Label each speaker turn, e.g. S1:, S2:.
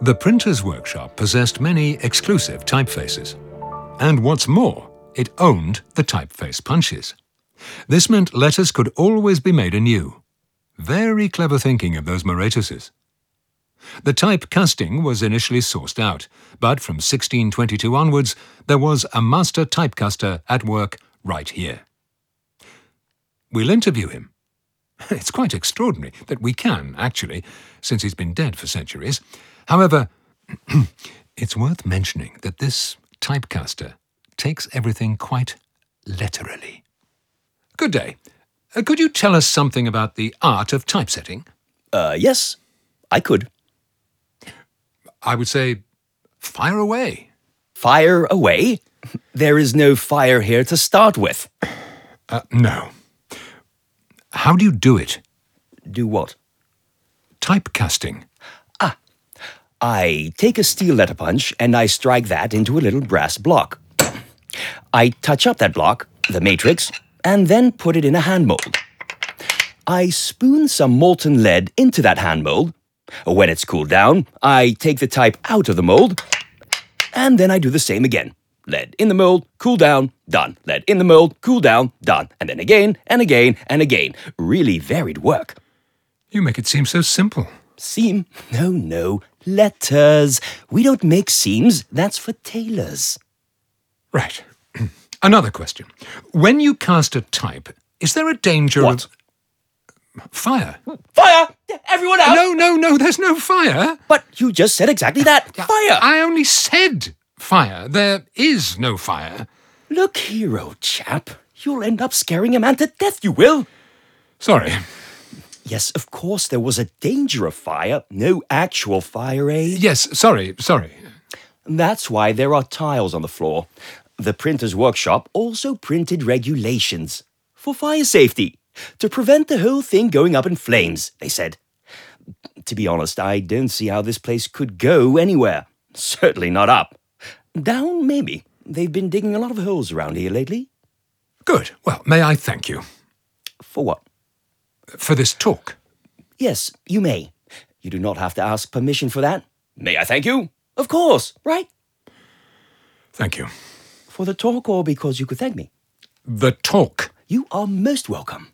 S1: The printer's workshop possessed many exclusive typefaces. And what's more, it owned the typeface punches. This meant letters could always be made anew. Very clever thinking of those Moratuses. The type casting was initially sourced out, but from 1622 onwards, there was a master typecaster at work right here. We'll interview him. It's quite extraordinary that we can, actually, since he's been dead for centuries. However, it's worth mentioning that this typecaster takes everything quite literally. Good day. Uh, Could you tell us something about the art of typesetting?
S2: Uh, yes, I could.
S1: I would say, fire away.
S2: Fire away? There is no fire here to start with.
S1: Uh, no. How do you do it?
S2: Do what?
S1: Typecasting.
S2: I take a steel letter punch and I strike that into a little brass block. I touch up that block, the matrix, and then put it in a hand mold. I spoon some molten lead into that hand mold. When it's cooled down, I take the type out of the mold, and then I do the same again. Lead in the mold, cool down, done. Lead in the mold, cool down, done. And then again, and again, and again. Really varied work.
S1: You make it seem so simple.
S2: Seam? No, no. Letters. We don't make seams. That's for tailors.
S1: Right. Another question. When you cast a type, is there a danger
S2: What?
S1: of fire?
S2: Fire! Everyone out!
S1: No, no, no, there's no fire.
S2: But you just said exactly that. Fire!
S1: I only said fire. There is no fire.
S2: Look here, old chap. You'll end up scaring a man to death, you will.
S1: Sorry.
S2: Yes, of course, there was a danger of fire. No actual fire, eh?
S1: Yes, sorry, sorry.
S2: That's why there are tiles on the floor. The printer's workshop also printed regulations for fire safety to prevent the whole thing going up in flames, they said. To be honest, I don't see how this place could go anywhere. Certainly not up. Down, maybe. They've been digging a lot of holes around here lately.
S1: Good. Well, may I thank you
S2: For what?
S1: for this talk?
S2: Yes, you may. You do not have to ask permission for that. May I thank you? Of course, right?
S1: Thank you.
S2: For the talk or because you could thank me.
S1: The talk.
S2: You are most welcome.